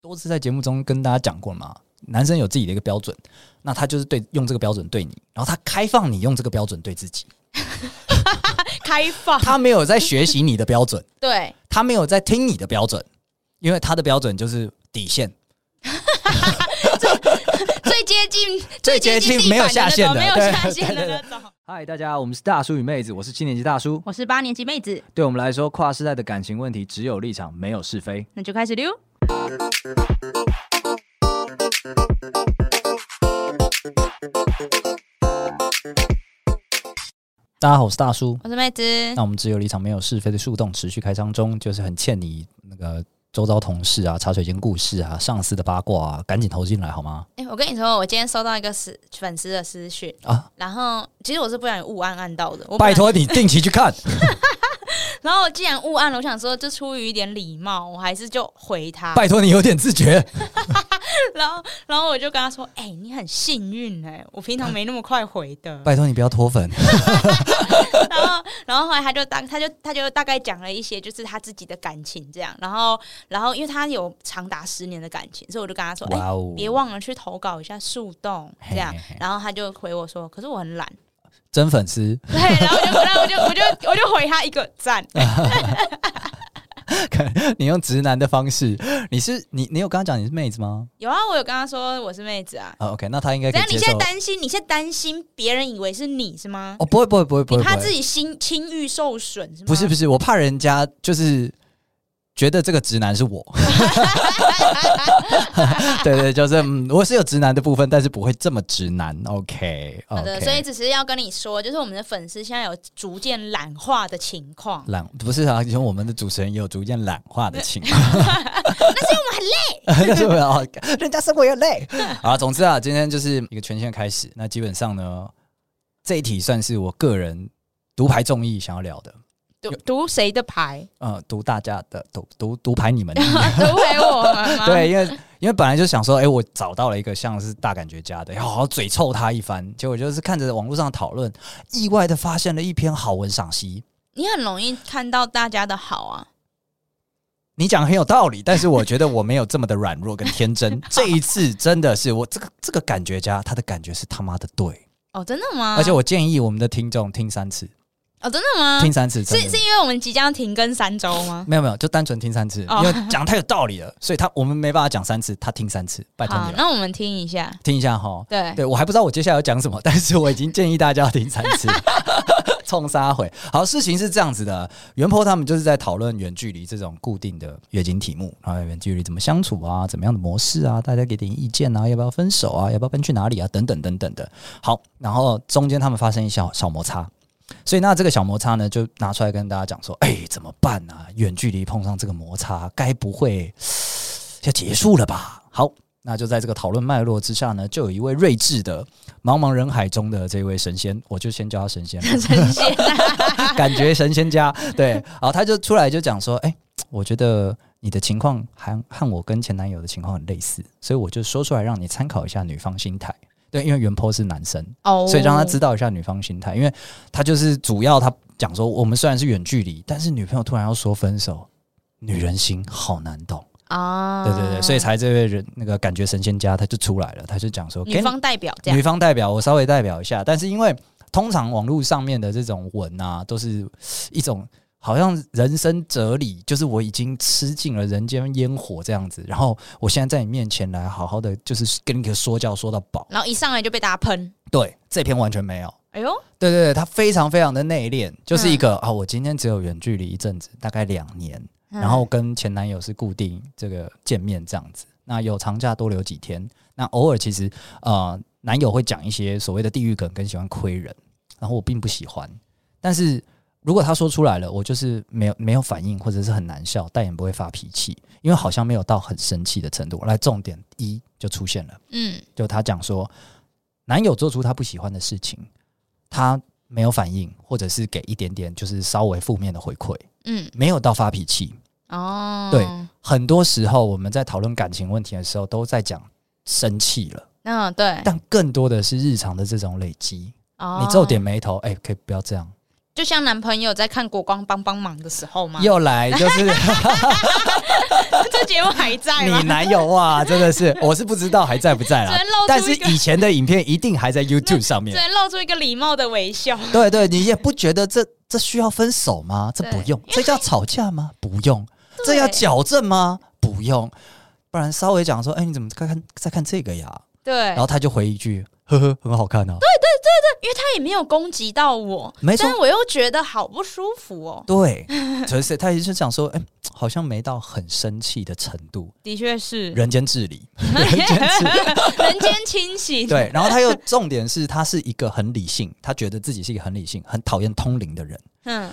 多次在节目中跟大家讲过嘛，男生有自己的一个标准，那他就是对用这个标准对你，然后他开放你用这个标准对自己，开放，他没有在学习你的标准，对，他没有在听你的标准，因为他的标准就是底线，最接近最接近没有下限的地板那种没有下限对对的对那种。嗨，大家，我们是大叔与妹子，我是七年级大叔。我是八年级妹子，对我们来说，跨世代的感情问题只有立场，没有是非。那就开始溜。大家好，我是大叔。我是妹子，那我们只有立场，没有是非的树洞持续开张中，就是很欠你那个周遭同事啊、茶水间故事啊、上司的八卦啊，赶紧投进来好吗？哎、我跟你说，我今天收到一个私粉丝的私讯，啊，然后其实我是不想误按按到的，我本来拜。托你定期去看。然后我既然误按了，我想说，就出于一点礼貌，我还是就回他。 拜托你有点自 觉，然后，然后我就跟他说：“哎、你很幸运哎、我平常没那么快回的。”拜托你不要脱粉。然后，然后后来他就大，他就他就大概讲了一些，就是他自己的感情这样。然后，然后因为他有长达十年的感情，所以我就跟他说：“ 哎、哦别忘了去投稿一下树洞这样嘿嘿嘿。然后他就回我说：“可是我很懒。” 真粉丝， 对，然后我就然后我就我就我就回他一个赞。 你用直男的方式，你是你你有跟他讲你是妹子吗？有啊，我有跟他说我是妹子啊。啊，OK，那他应该可等以下你接现在受。担心，你现在担心别人以为是你是吗？哦，不会不会不会不你会，怕不会自己心清誉受损是吗？不是不是，是，我怕人家就是觉得这个直男是我。 对对，就是、嗯、我是有直男的部分，但是不会这么直男。OK 好哦 OK，的，所以只是要跟你说，就是我们的粉丝现在有逐渐懒化的情 况。懒不是啊，以前我们的主持人也有逐渐懒化的情况。 但是我们哦，人家生活也累啊。总之啊，今天就是一个全新的开始。那基本上呢，这一题算是我个人独排众议想要聊的，读读谁的牌？ 呃，读大家的，读读读排 你们的。读给我们吗？对，因为因为本来就想说，哎、我找到了一个像是大感觉家的，要好好嘴臭他一番。结果就是看着网络上的讨论，意外的发现了一篇好文赏析。你很容易看到大家的好啊。你讲得很有道理，但是我觉得我没有这么的软弱跟天 真。这一次真的是我这个这个感觉家，他的感觉是他妈的对。哦，真的吗？而且我建议我们的听众听三次，哦，真的吗？听三次，是真的是因为我们即将停更三周吗？没有没有，就单纯听三次，哦因为讲太有道理了，所以他我们没办法讲三次，他听三次，拜托好你，了，那我们听一下。听一下哈。对，啊对我还不知道我接下来要讲什么，但是我已经建议大家要听三 次，冲杀回。好，事情是这样子的，袁坡他们就是在讨论远距离这种固定的月经题目，然后远距离怎么相处啊，怎么样的模式啊，大家给点意见啊，要不要分手啊，要不要搬去哪里啊，等等等等的。好，然后中间他们发生一小小摩擦。所以那这个小摩擦呢，就拿出来跟大家讲说，哎、怎么办啊？远距离碰上这个摩擦，该不会 要结束了吧？好，那就在这个讨论脉络之下呢，就有一位睿智的茫茫人海中的这位神仙，我就先叫他神仙 了，神仙啊，感觉神仙家对，好，他就出来就讲说，哎、我觉得你的情况和和我跟前男友的情况很类似，所以我就说出来让你参考一下女方心态。对，因为袁坡是男生，哦 所以让他知道一下女方心态，因为他就是主要他讲说，我们虽然是远距离，但是女朋友突然要说分手，女人心好难懂。啊对对对，所以才这位人那个感觉神仙家他就出来了，他就讲说，给女你方代表这样女方代表，我稍微代表一下，但是因为通常网络上面的这种文啊，都是一种好像人生哲理，就是我已经吃尽了人间烟火这样子，然后我现在在你面前来好好的，就是跟你个说教说到饱。然后一上来就被大家喷。对，这篇完全没有。哎呦，对对对，他非常非常的内敛，就是一个啊、我今天只有远距离一阵子，大概两年，嗯然后跟前男友是固定这个见面这样子。那有长假多留几天，那偶尔其实呃，男友会讲一些所谓的地域梗，跟喜欢亏人，然后我并不喜欢。但是如果他说出来了，我就是没有没有反应，或者是很难笑，但也不会发脾气，因为好像没有到很生气的程度。来，重点一就出现了。嗯，就她讲说，男友做出他不喜欢的事情，她没有反应，或者是给一点点就是稍微负面的回馈，嗯，没有到发脾气。哦，对很多时候我们在讨论感情问题的时候，都在讲生气了，嗯，对，但更多的是日常的这种累积。哦你皱点眉头，哎、可以不要这样。就像男朋友在看《国光帮帮忙》的时候吗？又来就是 这节目还在吗你？男友哇，真的是，我是不知道还在不在啦 只能露出。但是一个以前的影片一定 还在 YouTube 上只面。能露出一个礼貌的微笑。对对，你也不觉得这这需要分手吗？这对不用，这叫吵架吗？不用，这对要矫正吗？不用，不然稍微讲说，哎，你怎么在看在看这个呀？对然，后他就回一句，呵呵，很好看啊。因为他也没有攻击到我，没错但我又觉得好不舒服哦。对，所以他也是想说，哎，好像没到很生气的程度，的确是人间至 理，人间至理。人间清醒。对，然后他又重点是，他是一个很理性，他觉得自己是一个很理性、很讨厌通灵的人。嗯，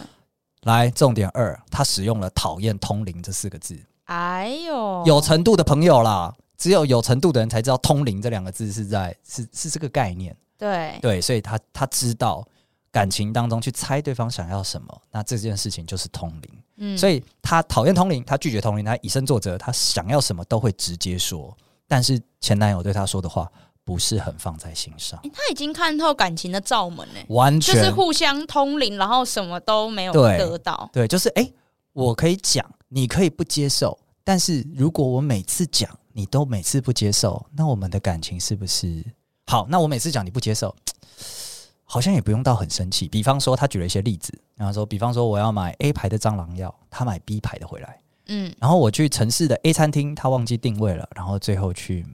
来，重点二，他使用了“讨厌通灵”这四个字。哎呦，有程度的朋友啦，只有有程度的人才知道“通灵”这两个字是在是是这个概念。对对，所以他他知道感情当中去猜对方想要什么，那这件事情就是通灵。嗯所以他讨厌通灵，他拒绝通灵，他以身作则，他想要什么都会直接说。但是前男友对他说的话不是很放在心上，诶他已经看透感情的罩门呢，完就全是互相通灵，然后什么都没有对得到。对，就是诶，我可以讲，你可以不接受，但是如果我每次讲，你都每次不接受，那我们的感情是不是好？那我每次讲你不接受，好像也不用到很生气。比方说，他举了一些例子，然后说，比方说我要买 A 牌的蟑螂药，他买 B 牌的回来，嗯，然后我去城市的 A 餐厅，他忘记定位了，然后最后去，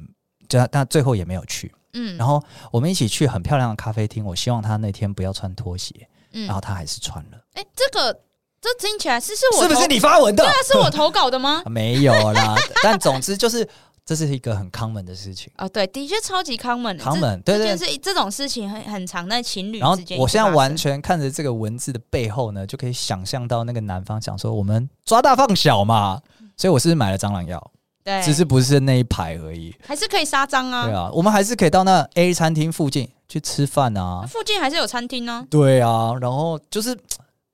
就他但最后也没有去。嗯然后我们一起去很漂亮的咖啡厅，我希望他那天不要穿拖鞋，嗯然后他还是穿了。哎、这个这听起来是是我是不投是你发文的？对啊，是我投稿的吗 啊？没有啦，但总之就是这是一个很 common 的事情啊，对，的确超级 common 的，common 嗯对对这这件事这种事情很很常在情侣然后之间。我现在完，全看着这个文字的背后呢，就可以想象到那个男方想说我们抓大放小嘛，所以我是买了蟑螂药，嗯对，只是不是那一排而已。还是可以杀蟑对啊。啊，我们还是可以到那 A 餐厅附近去吃饭啊。附近还是有餐厅呢、对啊，然后就是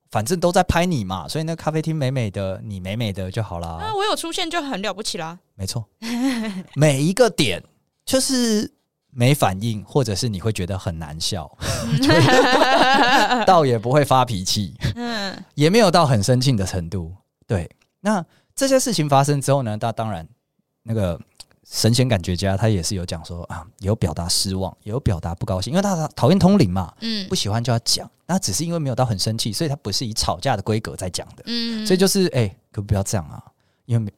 反正都在拍你嘛，所以那咖啡厅美美的，你美美的就好啦。啊，我有出现就很了不起啦。没错，每一个点就是没反应，或者是你会觉得很难笑，就是倒也不会发脾气， 嗯，也没有到很生气的程度。对，那这些事情发生之后呢，那当然那个。神仙感觉家他也是有讲说啊，有表达失望，也有表达不高兴，因为他讨厌通灵嘛，嗯不喜欢就要讲。那只是因为没有到很生气，所以他不是以吵架的规格在讲的。嗯，所以就是哎、可不要这样啊，因为没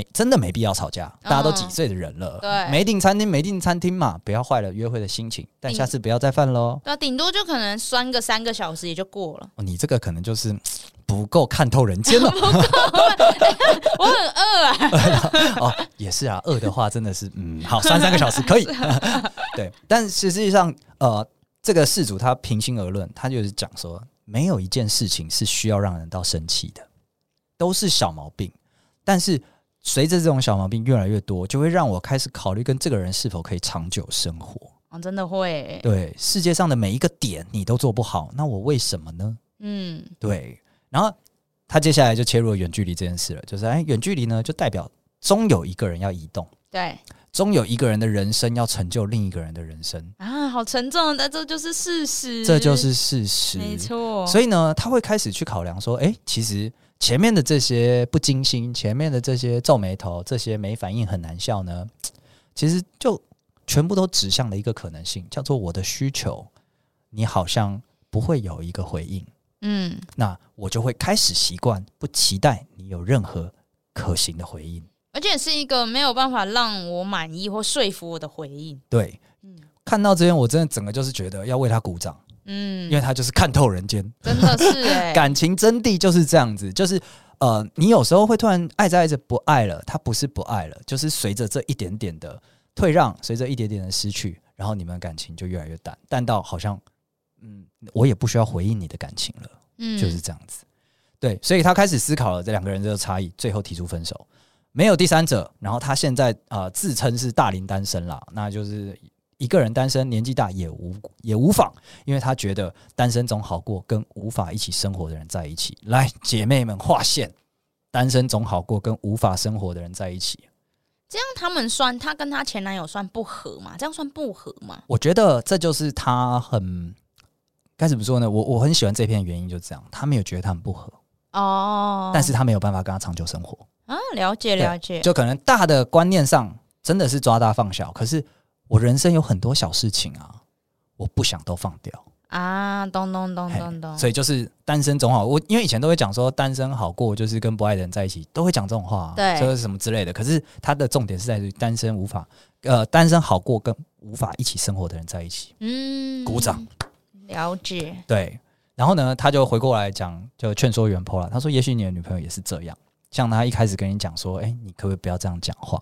没真的没必要吵架，大家都几岁的人了，嗯对没订餐厅没订餐厅嘛，不要坏了约会的心情，但嗯下次不要再犯喽、对啊，顶多就可能酸个三个小时也就过了。哦你这个可能就是嗯不够看透人嗯间了 我很饿啊，哦，也是啊，饿的话真的是嗯，好，三三个小时 可以，对，但实际上呃，这个事主他平心而论，他就是讲说，没有一件事情是需要让人到生气的，都是小毛病，但是随着这种小毛病越来越多，就会让我开始考虑跟这个人是否可以长久生活。哦、真的会欸、对，世界上的每一个点你都做不好，那我为什么呢？嗯，对，然后他接下来就切入了远距离这件事了，就是哎，远距离呢就代表终有一个人要移动。对终有一个人的人生要成就另一个人的人生，啊，好沉重，但这就是事实，这就是事实。嗯没错。所以呢，他会开始去考量说，诶，其实前面的这些不精心，前面的这些皱眉头，这些没反应很难笑呢，其实就全部都指向了一个可能性，叫做我的需求，你好像不会有一个回应，嗯，那我就会开始习惯不期待你有任何可行的回应。而且是一个没有办法让我满意或说服我的回应。对，嗯看到这边，我真的整个就是觉得要为他鼓掌，嗯，因为他就是看透人间。真的是 哎、感情真谛就是这样子，就是呃，你有时候会突然爱着爱着不爱了，他不是不爱了，就是随着这一点点的退让，随着一点点的失去，然后你们感情就越来越淡，淡到好像嗯，我也不需要回应你的感情了，嗯，就是这样子。对，所以他开始思考了这两个人的差异，最后提出分手，没有第三者。然后他现在呃自称是大龄单身啦，那就是一个人单身，年纪大也无也无妨，因为他觉得单身总好过跟无法一起生活的人在一起。来，姐妹们划线，单身总好过跟无法生活的人在一起。这样，他们算他跟他前男友算不合嘛？这样算不合嘛？我觉得这就是他很该怎么说呢？我我很喜欢这篇的原因就是这样，他没有觉得他们不合，哦，但是他没有办法跟他长久生活。啊，了解对了解，就可能大的观念上真的是抓大放小，可是我人生有很多小事情啊，我不想都放掉。啊，咚咚咚嘿咚咚，所以就是单身总好，我因为以前都会讲说单身好过，就是跟不爱的人在一起，都会讲这种话、啊，对就是什么之类的。可是他的重点是在于单身无法，呃，单身好过跟无法一起生活的人在一起。嗯，鼓掌，了解，对，然后呢，他就回过来讲，就劝说袁坡了。他说，也许你的女朋友也是这样，像他一开始跟你讲说，哎、你可不可以不要这样讲话？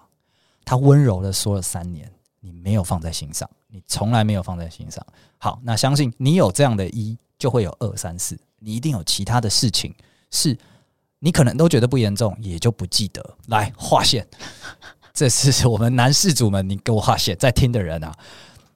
他温柔的说了三年，你没有放在心上，你从来没有放在心上。好，那相信你有这样的一，就会有二三四，你一定有其他的事情是你可能都觉得不严重，也就不记得。来划线， 这是我们男士主们，你给我划线，在听的人啊，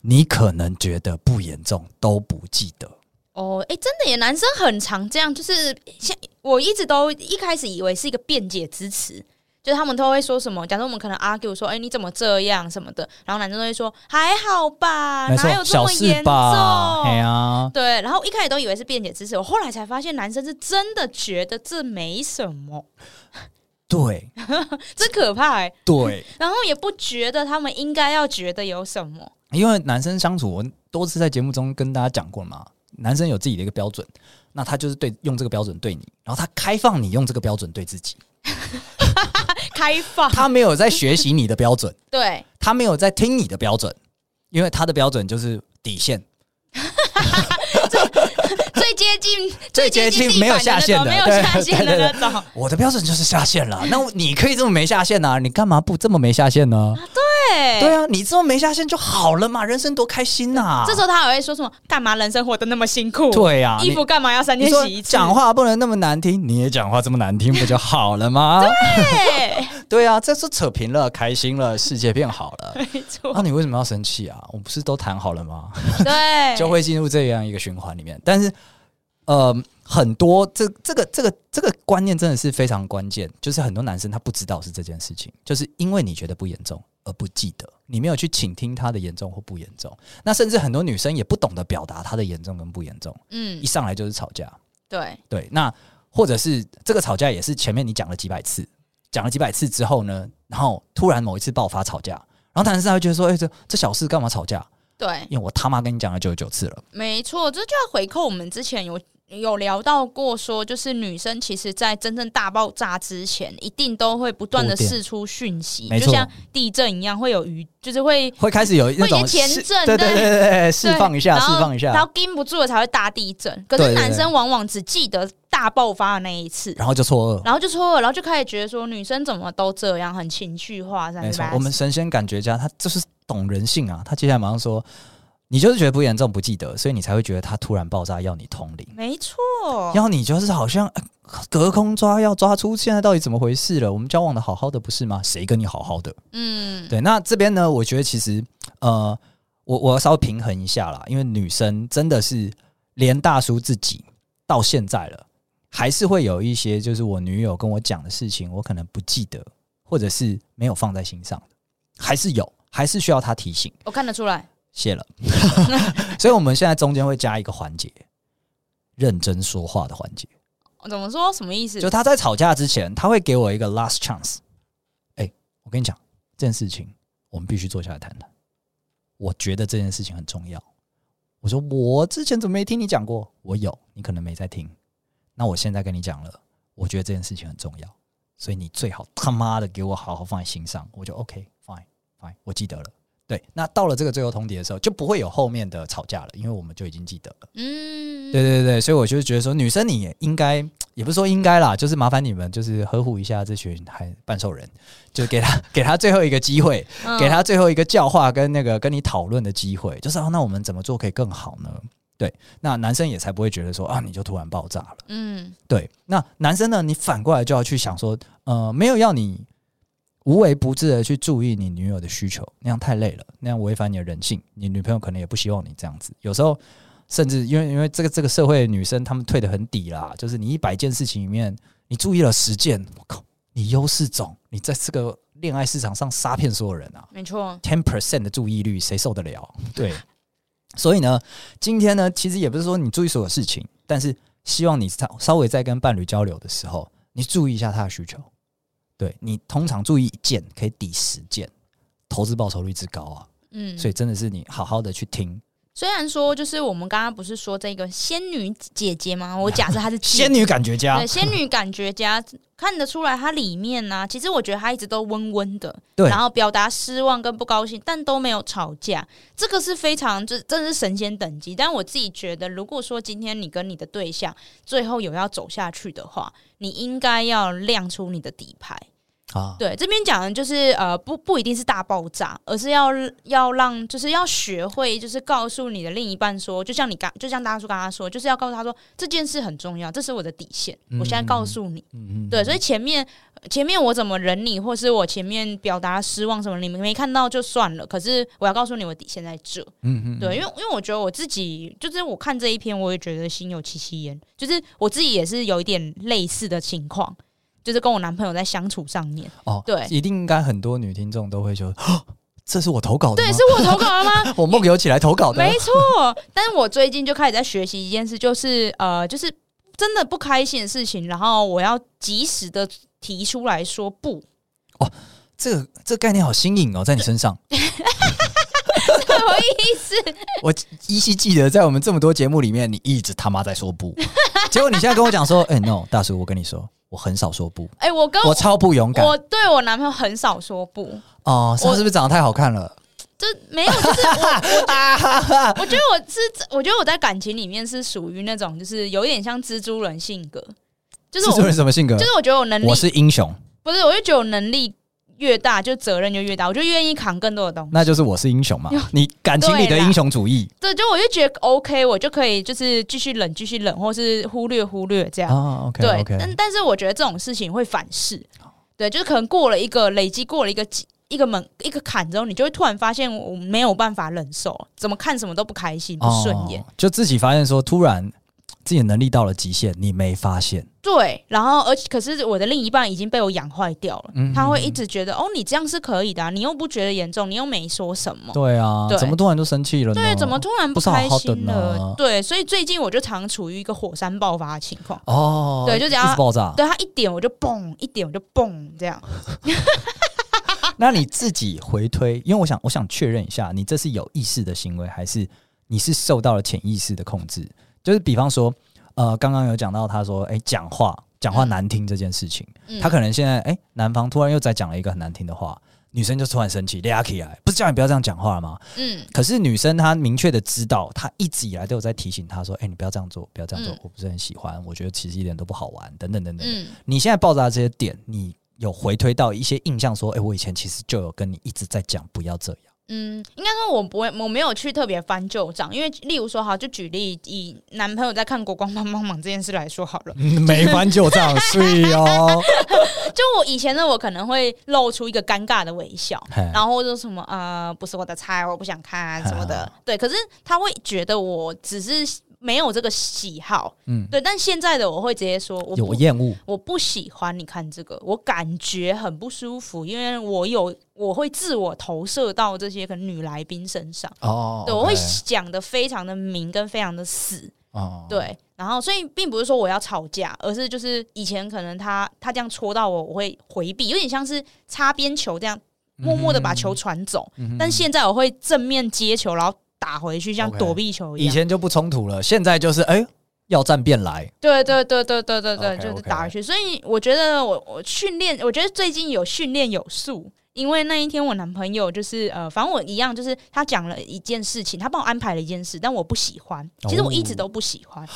你可能觉得不严重，都不记得。哦，哎、真的耶，男生很常这样，就是像我一直都一开始以为是一个辩解之词，就是他们都会说什么，假如我们可能 argue 说，哎、你怎么这样什么的，然后男生都会说还好吧，没错啊哪，有这小么事严吧？哎重？呀、对，然后一开始都以为是辩解之词，我后来才发现男生是真的觉得这没什么， 对真可怕哎、对，然后也不觉得他们应该要觉得有什么，因为男生相处，我多次在节目中跟大家讲过了嘛，男生有自己的一个标准，那他就是对用这个标准对你，然后他开放你用这个标准对自己，开放，他没有在学习你的标准， 对，他没有在听你的标准，因为他的标准就是底线， 最接近最接近没有下限的地对板那种没有下限的那种。我的标准就是下限了。那我你可以这么没下限啊？你干嘛不这么没下限呢？对啊对啊，你这么没下限就好了嘛，人生多开心呐、这时候他还会说什么？干嘛人生活得那么辛苦？对呀、你衣服干嘛要三你天说洗一次？讲话不能那么难听，你也讲话这么难听不就好了 吗？啊 对，对啊，这是扯平了，开心了，世界变好 了。没那、错，你为什么要生气啊？我不是都谈好了吗？ 对，就会进入这样一个循环里面。但是，呃，很多这这个这个这个观念真的是非常关键，就是很多男生他不知道是这件事情，就是因为你觉得不严重而不记得，你没有去倾听他的严重或不严重。那甚至很多女生也不懂得表达她的严重跟不严重，嗯一，上来就是吵架。对，对，那或者是这个吵架也是前面你讲了几百次，讲了几百次之后呢，然后突然某一次爆发吵架，然后男生还会觉得说，哎、这这小事干嘛吵架？对，因为我他妈跟你讲了九十九次了，没错，这就要回扣我们之前有。有聊到过说，就是女生其实，在真正大爆炸之前，一定都会不断的铺垫释出讯息，没就错像地震一样，会有余，就是会会开始有那种会有些释前震对对对对对，对释放一下，然释后放一然下后，盯不住了才会大地震。可对是对对男生往往只记得大爆发的那一次，然后就错愕。然后就错了，然后就开始觉得说女生怎么都这样，很情绪化，三没错十八，我们神仙感觉家他就是懂人性啊，他接下来马上说，你就是觉得不严重不记得，所以你才会觉得他突然爆炸要你通灵。没错，要你就是好像呃隔空抓，要抓出现在到底怎么回事了？我们交往的好好的不是吗？谁跟你好好的？嗯，对，那这边呢，我觉得其实呃，我我要稍微平衡一下啦，因为女生真的是连大叔自己到现在了，还是会有一些就是我女友跟我讲的事情，我可能不记得，或者是没有放在心上的，还是有，还是需要她提醒。我看得出来，谢了，所以我们现在中间会加一个环节，认真说话的环节。怎么说什么意思？就他在吵架之前，他会给我一个 last chance。哎、我跟你讲这件事情，我们必须坐下来谈谈。我觉得这件事情很重要。我说我之前怎么没听你讲过？我有，你可能没在听。那我现在跟你讲了，我觉得这件事情很重要，所以你最好他妈的给我好好放在心上。我就 OK fine fine，我记得了。对，那到了这个最后通牒的时候，就不会有后面的吵架了，因为我们就已经记得了。嗯，对对对，所以我就觉得说，女生你也应该，也不是说应该啦，就是麻烦你们就是呵护一下这群还半兽人，就给他 给他最后一个机会，嗯给他最后一个教化跟那个跟你讨论的机会，就是啊，那我们怎么做可以更好呢？对，那男生也才不会觉得说啊，你就突然爆炸了。嗯，对，那男生呢，你反过来就要去想说，呃，没有要你无微不至的去注意你女友的需求，那样太累了，那样违反你的人性，你女朋友可能也不希望你这样子。有时候甚至因为因为这个这个社会女生她们退得很底啦，就是你一百件事情里面，你注意了十件，我靠，你优势种，你在这个恋爱市场上杀骗所有人啊！没错， ten percent 的注意率，谁受得了？对，所以呢，今天呢，其实也不是说你注意所有事情，但是希望你稍稍微在跟伴侣交流的时候，你注意一下他的需求。对你通常注意一件可以抵十件，投资报酬率之高啊，嗯，所以真的是你好好的去听虽然说就是我们刚刚不是说这个仙女姐姐吗？我假设她是姐仙女感啊觉家对，，仙女感觉家看得出来，她里面呢、其实我觉得她一直都温温的，对然后表达失望跟不高兴，但都没有吵架，这个是非常这真的是神仙等级。但我自己觉得，如果说今天你跟你的对象最后有要走下去的话，你应该要亮出你的底牌。啊，对，这边讲的就是呃，不不一定是大爆炸，而是要要让，就是要学会，就是告诉你的另一半说，就像你刚，就像大叔刚刚说，就是要告诉他说这件事很重要，这是我的底线，我现在告诉你。嗯嗯，对，所以前面前面我怎么忍你，或是我前面表达失望什么，你们没看到就算了。可是我要告诉你，我底线在这。嗯嗯，对，因为因为我觉得我自己，就是我看这一篇，我也觉得心有戚戚焉，就是我自己也是有一点类似的情况，就是跟我男朋友在相处上面。哦，对一定应该很多女听众都会说， 啊这是我投稿的吗，对，是我投稿了吗？我梦游起来投稿的， 没错，但是我最近就开始在学习一件事，就是呃，就是真的不开心的事情，然后我要及时的提出来说不。这个这个概念好新颖哦，在你身上， 什么意思？ 我依稀记得在我们这么多节目里面，你一直他妈在说不， 结果你现在跟我讲说，哎、no，大叔，我跟你说，我很少说不，哎、我跟我超不勇敢我对我男朋友很少说不，哦，是他是不是长得太好看了？就没有，就是 我我我觉得我是，我觉得我在感情里面是属于那种，就是有点像蜘蛛人性格，就是我，这种人就什么性格？是我觉得我能力我是英雄，不是，我就觉得我能力越大，就责任就越大，我就愿意扛更多的东西。那就是我是英 雄嘛。你感情里的对啦英雄主义对，就我就觉得 OK，我就可以就是继续忍，继续忍，或是忽略忽略这样。啊，OK 对 OK，但但是我觉得这种事情会反噬，对，就是可能过了一个累积过了一个几一个门一个坎之后，你就会突然发现我没有办法忍受，怎么看什么都不开心，不顺眼。哦，就自己发现说，突然自己的能力到了极限，你没发现，对，然后而且可是我的另一半已经被我养坏掉了，嗯他会一直觉得哦，你这样是可以的、啊，你又不觉得严重，你又没说什么。对啊，对怎么突然就生气了呢？对，怎么突然不是好开好啊的心呢了？对，所以最近我就常处于一个火山爆发的情况。哦，对就啊只要一直爆炸。对他一点我就蹦，一点我就蹦，这样。那你自己回推，因为我想，我想确认一下，你这是有意识的行为，还是你是受到了潜意识的控制？就是比方说，呃，刚刚有讲到他说，哎、讲话讲话嗯难听这件事情，嗯他可能现在哎、男方突然又再讲了一个很难听的话，女生就突然生气，嗲起来，不是叫你不要这样讲话了吗？嗯，可是女生她明确的知道，她一直以来都有在提醒她说，哎、你不要这样做，不要这样做，嗯我不是很喜欢，我觉得其实一点都不好玩，等等等等。嗯，你现在爆炸这些点，你有回推到一些印象，说，哎、我以前其实就有跟你一直在讲不要这样。嗯，应该说我不会，我没有去特别翻旧账，因为例如说好，就举例以男朋友在看《国光帮帮忙》这件事来说好了， 嗯，没翻旧账，睡哦。就我以前呢，我可能会露出一个尴尬的微笑， 嘿然后就什么呃，不是我的菜，我不想看什么 的，对，可是他会觉得我只是没有这个喜好，嗯，对，但现在的我会直接说，我有不厌恶，我不喜欢你看这个，我感觉很不舒服，因为我有我会自我投射到这些可能女来宾身上，哦对，我会讲的非常的明跟非常的死，哦，对，然后所以并不是说我要吵架，而是就是以前可能他他这样戳到我，我会回避，有点像是擦边球这样，默默的把球传走，嗯但现在我会正面接球，然后打回去，像 OK 躲避球一以样。前就不冲突了，现在就是哎、要站便来，对对对对对对对 OK，就是 OK 打回去。所以我觉得我我训练，我觉得最近有训练有素，因为那一天我男朋友就是呃，反正我一样，就是他讲了一件事情，他帮我安排了一件事，但我不喜欢。其实我一直都不喜欢，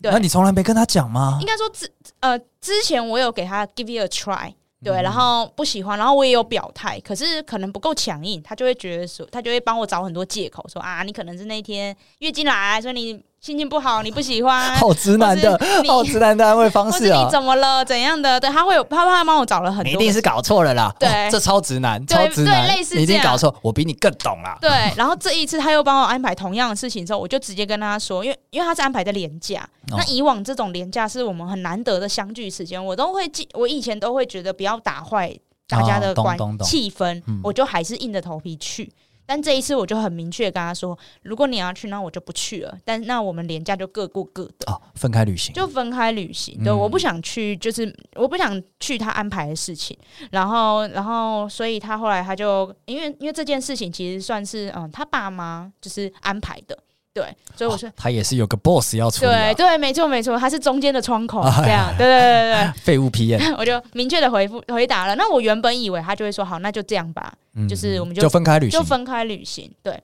对那你从来没跟他讲吗应？该说之呃之前我有给他 give it a try。对，然后不喜欢，然后我也有表态，可是可能不够强硬，他就会觉得说，他就会帮我找很多借口，说啊，你可能是那天月经来，所以你心情不好，你不喜 欢，好直男的或是，你好直男的安慰方或式是你啊！怎么了，怎样的？对，他会有，他他帮我找了很你一多。定是搞错了啦！对哦这超直男，对超直男，对类似你一定这样搞错，我比你更懂啦。对，然后这一次他又帮我安排同样的事情之后，我就直接跟他说，因为因为他是安排在廉价，哦那以往这种廉价是我们很难得的相聚时间，我都会记，我以前都会觉得不要打坏大家哦的懂关懂懂气氛嗯，我就还是硬着头皮去。但这一次我就很明确跟他说，如果你要去，那我就不去了。但那我们廉价就各过各的，哦，分开旅行，就分开旅行。对，嗯我不想去，就是我不想去他安排的事情。然后，然后，所以他后来他就因为因为这件事情其实算是嗯他爸妈就是安排的，对，所以我说。哦他也是有个 boss 要处理啊、对对，没错没错，他是中间的窗口哎，这样，对对对对对，废物 PM，我就明确的回复回答了。那我原本以为他就会说好，那就这样吧，嗯就是我们就就分开旅行，就分开旅行。对，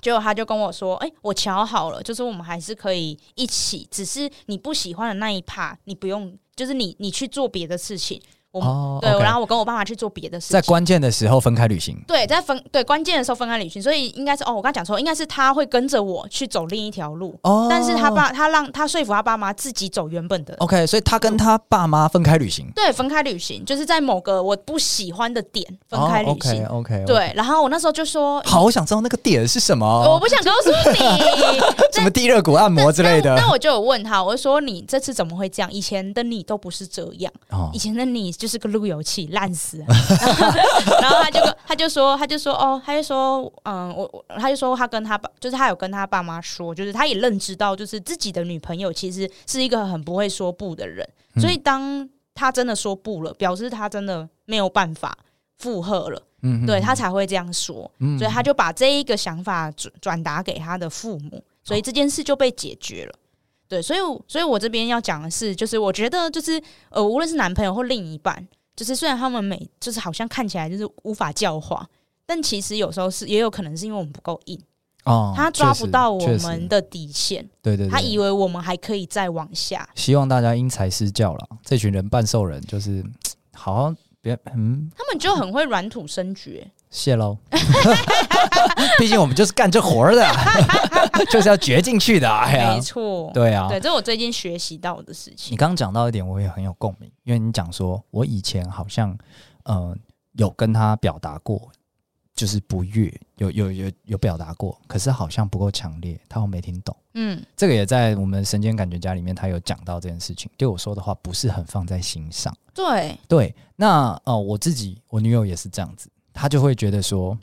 结果他就跟我说，哎、我瞧好了，就是我们还是可以一起，只是你不喜欢的那一 part，你不用，就是你你去做别的事情。我们、哦对 OK 然后我跟我爸妈去做别的事在情。关键的时候分开旅行。对，在分对关键的时候分开旅行，所以应该是哦，我刚讲错，应该是他会跟着我去走另一条路，哦但是他爸他让他说服他爸妈自己走原本的 OK，所以他跟他爸妈分开旅行，对，分开旅行就是在某个我不喜欢的点分开旅行。哦、OK，, o k 对，然后我那时候就说，好，我想知道那个点是什我么，不想告诉 你什么地热骨按摩之类的。那我就有问他，我就说你这次怎么会这样？以前的你都不是这样，哦以前的你就是个路由器，烂死了。 然后他就跟他就说，他就说哦，他就说嗯，我我他就说他跟他爸，就是他有跟他爸妈说，就是他也认知到，就是自己的女朋友其实是一个很不会说不的人，嗯所以当他真的说不了，表示他真的没有办法附和了，嗯对他才会这样说。嗯所以他就把这一个想法转转达给他的父母，所以这件事就被解决了。对，所以我所以我这边要讲的是，就是我觉得就是呃，无论是男朋友或另一半，就是虽然他们每就是好像看起来就是无法教化，但其实有时候是也有可能是因为我们不够硬，哦他抓不到我确实确们实的底线，对对对，他以为我们还可以再往下。希望大家因材施教了，这群人半兽人就是嘖好好别嗯他们就很会软土生绝，谢 喽。毕竟我们就是干这活儿的，就是要掘进去的。 哎呀没，错， 对啊，对，这是我最近学习到的事你情。刚刚讲到一点，我也很有共鸣，因为你讲说，我以前好像呃有跟他表达过，就是不悦，有有有有表达过，可是好像不够强烈，他好像没听懂。 嗯这个也在我们神间感觉家里面，他有讲到这件事情，对我说的话不是很放在心上。对，对，那呃，我自己我女友也是这样子，她就会觉得说，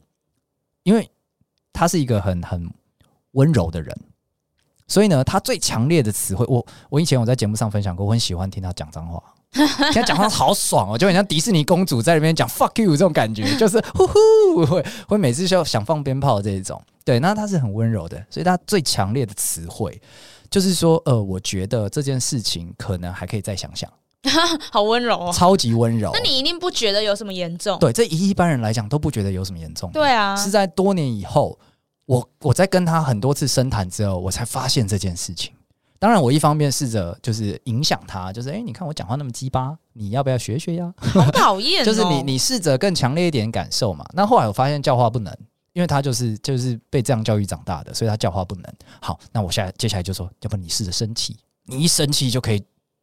因为她是一个很很温柔的人，所以呢，她最强烈的词汇，我我以前我在节目上分享过，我很喜欢听她讲脏话。 听她讲话好爽哦，就很像迪士尼公主在那边讲 “fuck you” 这种感觉，就是呼呼，会会每次就想放鞭炮这一种。对，那她是很温柔的，所以她最强烈的词汇就是说，呃，我觉得这件事情可能还可以再想想，好温柔哦。超级温柔。那你一定不觉得有什么严重？对，这一一般人来讲都不觉得有什么严重。、对啊，是在多年以后，我我在跟他很多次深谈之后，我才发现这件事情。当然，我一方面试着就是影响他，就是哎、诶你看我讲话那么鸡巴，你要不要学学呀？好讨厌、哦。就是你你试着更强烈一点感受嘛。那后来我发现教化不能，因为他就是就是被这样教育长大的，所以他教化不能。好，那我现在接下来就说，要不然你试着生气，你一生气就可以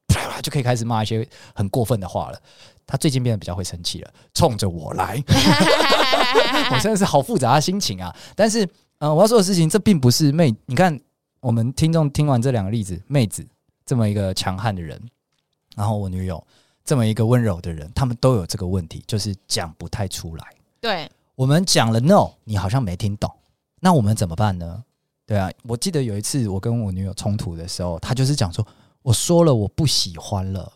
啪就可以开始骂一些很过分的话了。他最近变得比较会生气了，冲着我来。我真的哦是好复杂的心情啊！但是，呃，我要说的事情，这并不是妹。你看，我们听众听完这两个例子，妹子这么一个强悍的人，然后我女友这么一个温柔的人，他们都有这个问题，就是讲不太出来。 对我们讲了 no，你好像没听懂，那我们怎么办呢？对啊，我记得有一次我跟我女友冲突的时候，她就是讲说，我说了我不喜欢了，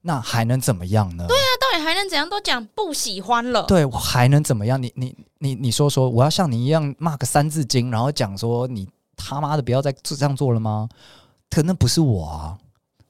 那还能怎么样呢？对那到底还能怎样？都讲不喜欢了，对我还能怎么样？你你你你说说，我要像你一样骂个三字经，然后讲说你他妈的不要再这样做了吗？可那不是我啊，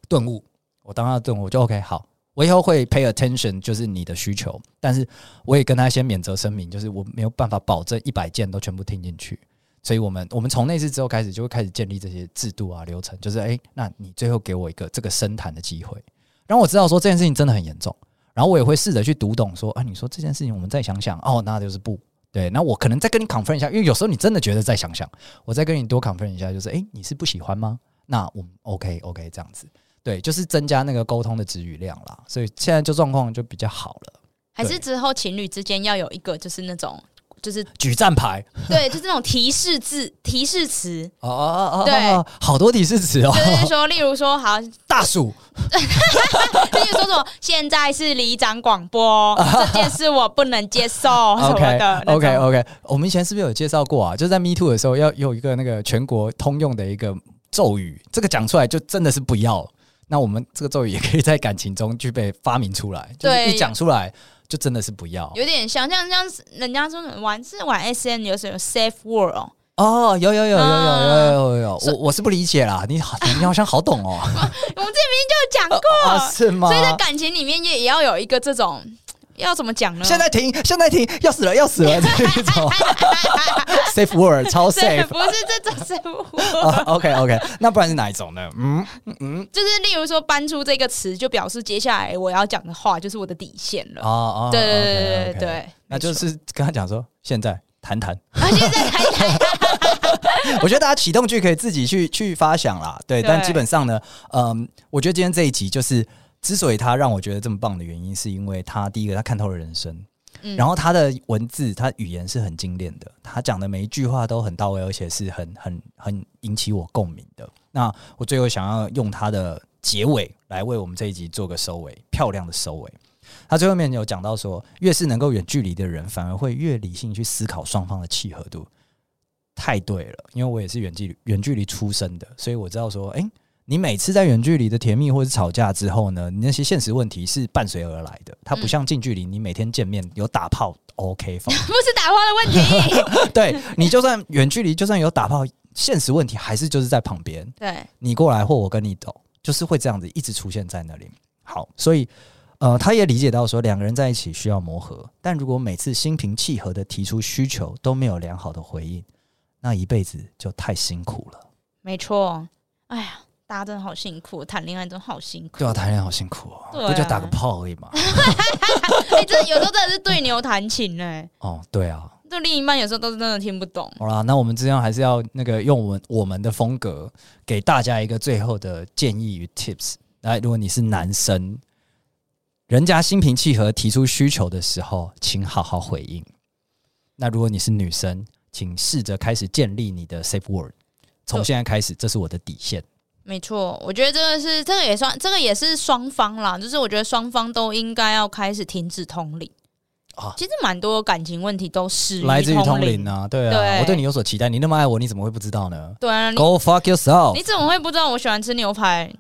顿悟，我当下顿悟我就 OK 好。我以后会 pay attention，就是你的需求，但是我也跟他先免责声明，就是我没有办法保证一百件都全部听进去，所以我们我们从那次之后开始就会开始建立这些制度啊流程，就是诶，那你最后给我一个这个深谈的机会，让我知道说这件事情真的很严重，然后我也会试着去读懂说，啊，你说这件事情我们再想想，哦，那就是不对。那我可能再跟你 confirm 一下，因为有时候你真的觉得再想想，我再跟你多 confirm 一下，就是诶，你是不喜欢吗？那我们 OK OK 这样子，对，就是增加那个沟通的词语量啦。所以现在就状况就比较好了。还是之后情侣之间要有一个就是那种就是举战牌，对， 就是那种提示字、提示词，哦哦哦，哦对哦好多提示词哦，就是说，例如说，好，例 大鼠如说什么，现在是里长广 播，这件事我不能接受什么的。那种 OK OK，我们以前是不是有介绍过啊？就是在 Me Too 的时候，要有一个那个全国通用的一个咒语，这个讲出来就真的是不要。那我们这个咒语也可以在感情中去被发明出来，就是对一讲出来就真的是不要。有点像，像像人家说玩是玩 S N 有什么 safe word 哦，哦，有有有有有有有有有，所我我是不理解啦，你好你好像好懂哦，我们这边就有讲过，啊是吗所？以在感情里面也也要有一个这种，要怎么讲呢？现 在停，现在停，要死了要死了这一种 safe word 超对， safe 不是这种 safe word，啊，OK OK，那不然是哪一种呢？嗯嗯，就是例如说搬出这个词，就表示接下来我要讲的话就是我的底线了。哦哦，对对 OK，OK 对对对对，那就是跟他讲说，现在谈谈。 啊，现在才我觉得大家启动句可以自己去去发想啦，对。对但基本上呢，嗯，我觉得今天这一集就是，之所以他让我觉得这么棒的原因，是因为他第一个他看透了人生。嗯然后他的文字，他语言是很精炼的，他讲的每一句话都很到位，而且是很很很引起我共鸣的。那我最后想要用他的结尾来为我们这一集做个收尾，漂亮的收尾。他最后面有讲到说，越是能够远距离的人，反而会越理性去思考双方的契合度。太对了，因为我也是远距离远距离出身的，所以我知道说，诶，你每次在远距离的甜蜜或是吵架之后呢，你那些现实问题是伴随而来的，它不嗯像近距离，你每天见面有打炮，OK 放不是打花的问题。 对你就算远距离，就算有打炮，现实问题还是就是在旁边，对，你过来或我跟你走，就是会这样子一直出现在那里。好，所以呃，他也理解到说两个人在一起需要磨合，但如果每次心平气和的提出需求都没有良好的回应，那一辈子就太辛苦了。没错。哎呀，大家真的好辛苦，谈恋爱真的好辛苦。对啊，谈恋爱好辛苦哦，对啊不就打个炮而已嘛。哎，真的有时候真的是对牛弹琴呢，哦，对啊。对另一半有时候都是真的听不懂。好啦，那我们之前还是要那个用我们我们的风格给大家一个最后的建议与 tips。来，如果你是男生，人家心平气和提出需求的时候，请好好回应。那如果你是女生，请试着开始建立你的 safe word。从对现在开始，这是我的底线。没错，我觉得这个是这个也算这个也是双方啦，就是我觉得双方都应该要开始停止通灵啊其实蛮多感情问题都始来自于通灵灵。啊，对啊，对我对你有所期待，你那么爱我，你怎么会不知道呢对啊，你？Go fuck yourself！你怎么会不知道我喜欢吃牛 排？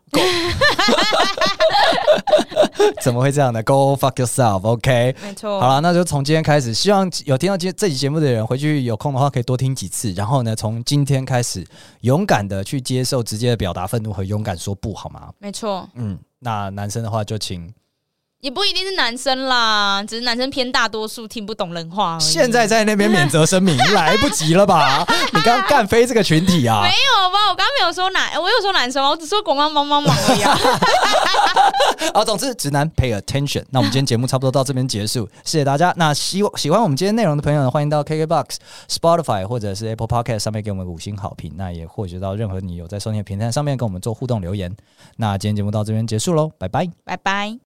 怎么会这样呢？Go fuck yourself，OK？、没错，好了，那就从今天开始，希望有听到今这期节目的人，回去有空的话可以多听几次。然后呢，从今天开始，勇敢的去接受直接的表达愤怒和勇敢说不好吗？没错，嗯，那男生的话就请也不一定是男生啦，只是男生偏大多数听不懂人话而已。现在在那边免责声明，来不及了吧？你刚干飞这个群体啊没！有吧？我刚刚没有说男，我有说男生吗？我只说广告帮帮忙 而已啊。好，总之直男 pay attention。那我们今天节目差不多到这边结束， 谢谢大家。那希望喜欢我们今天内容的朋友呢，欢迎到 KKBox、Spotify 或者是 Apple Podcast 上面给我们五星好评。那也获取到任何你有在收听的平台上面跟我们做互动留言。那今天节目到这边结束喽，拜拜。拜拜。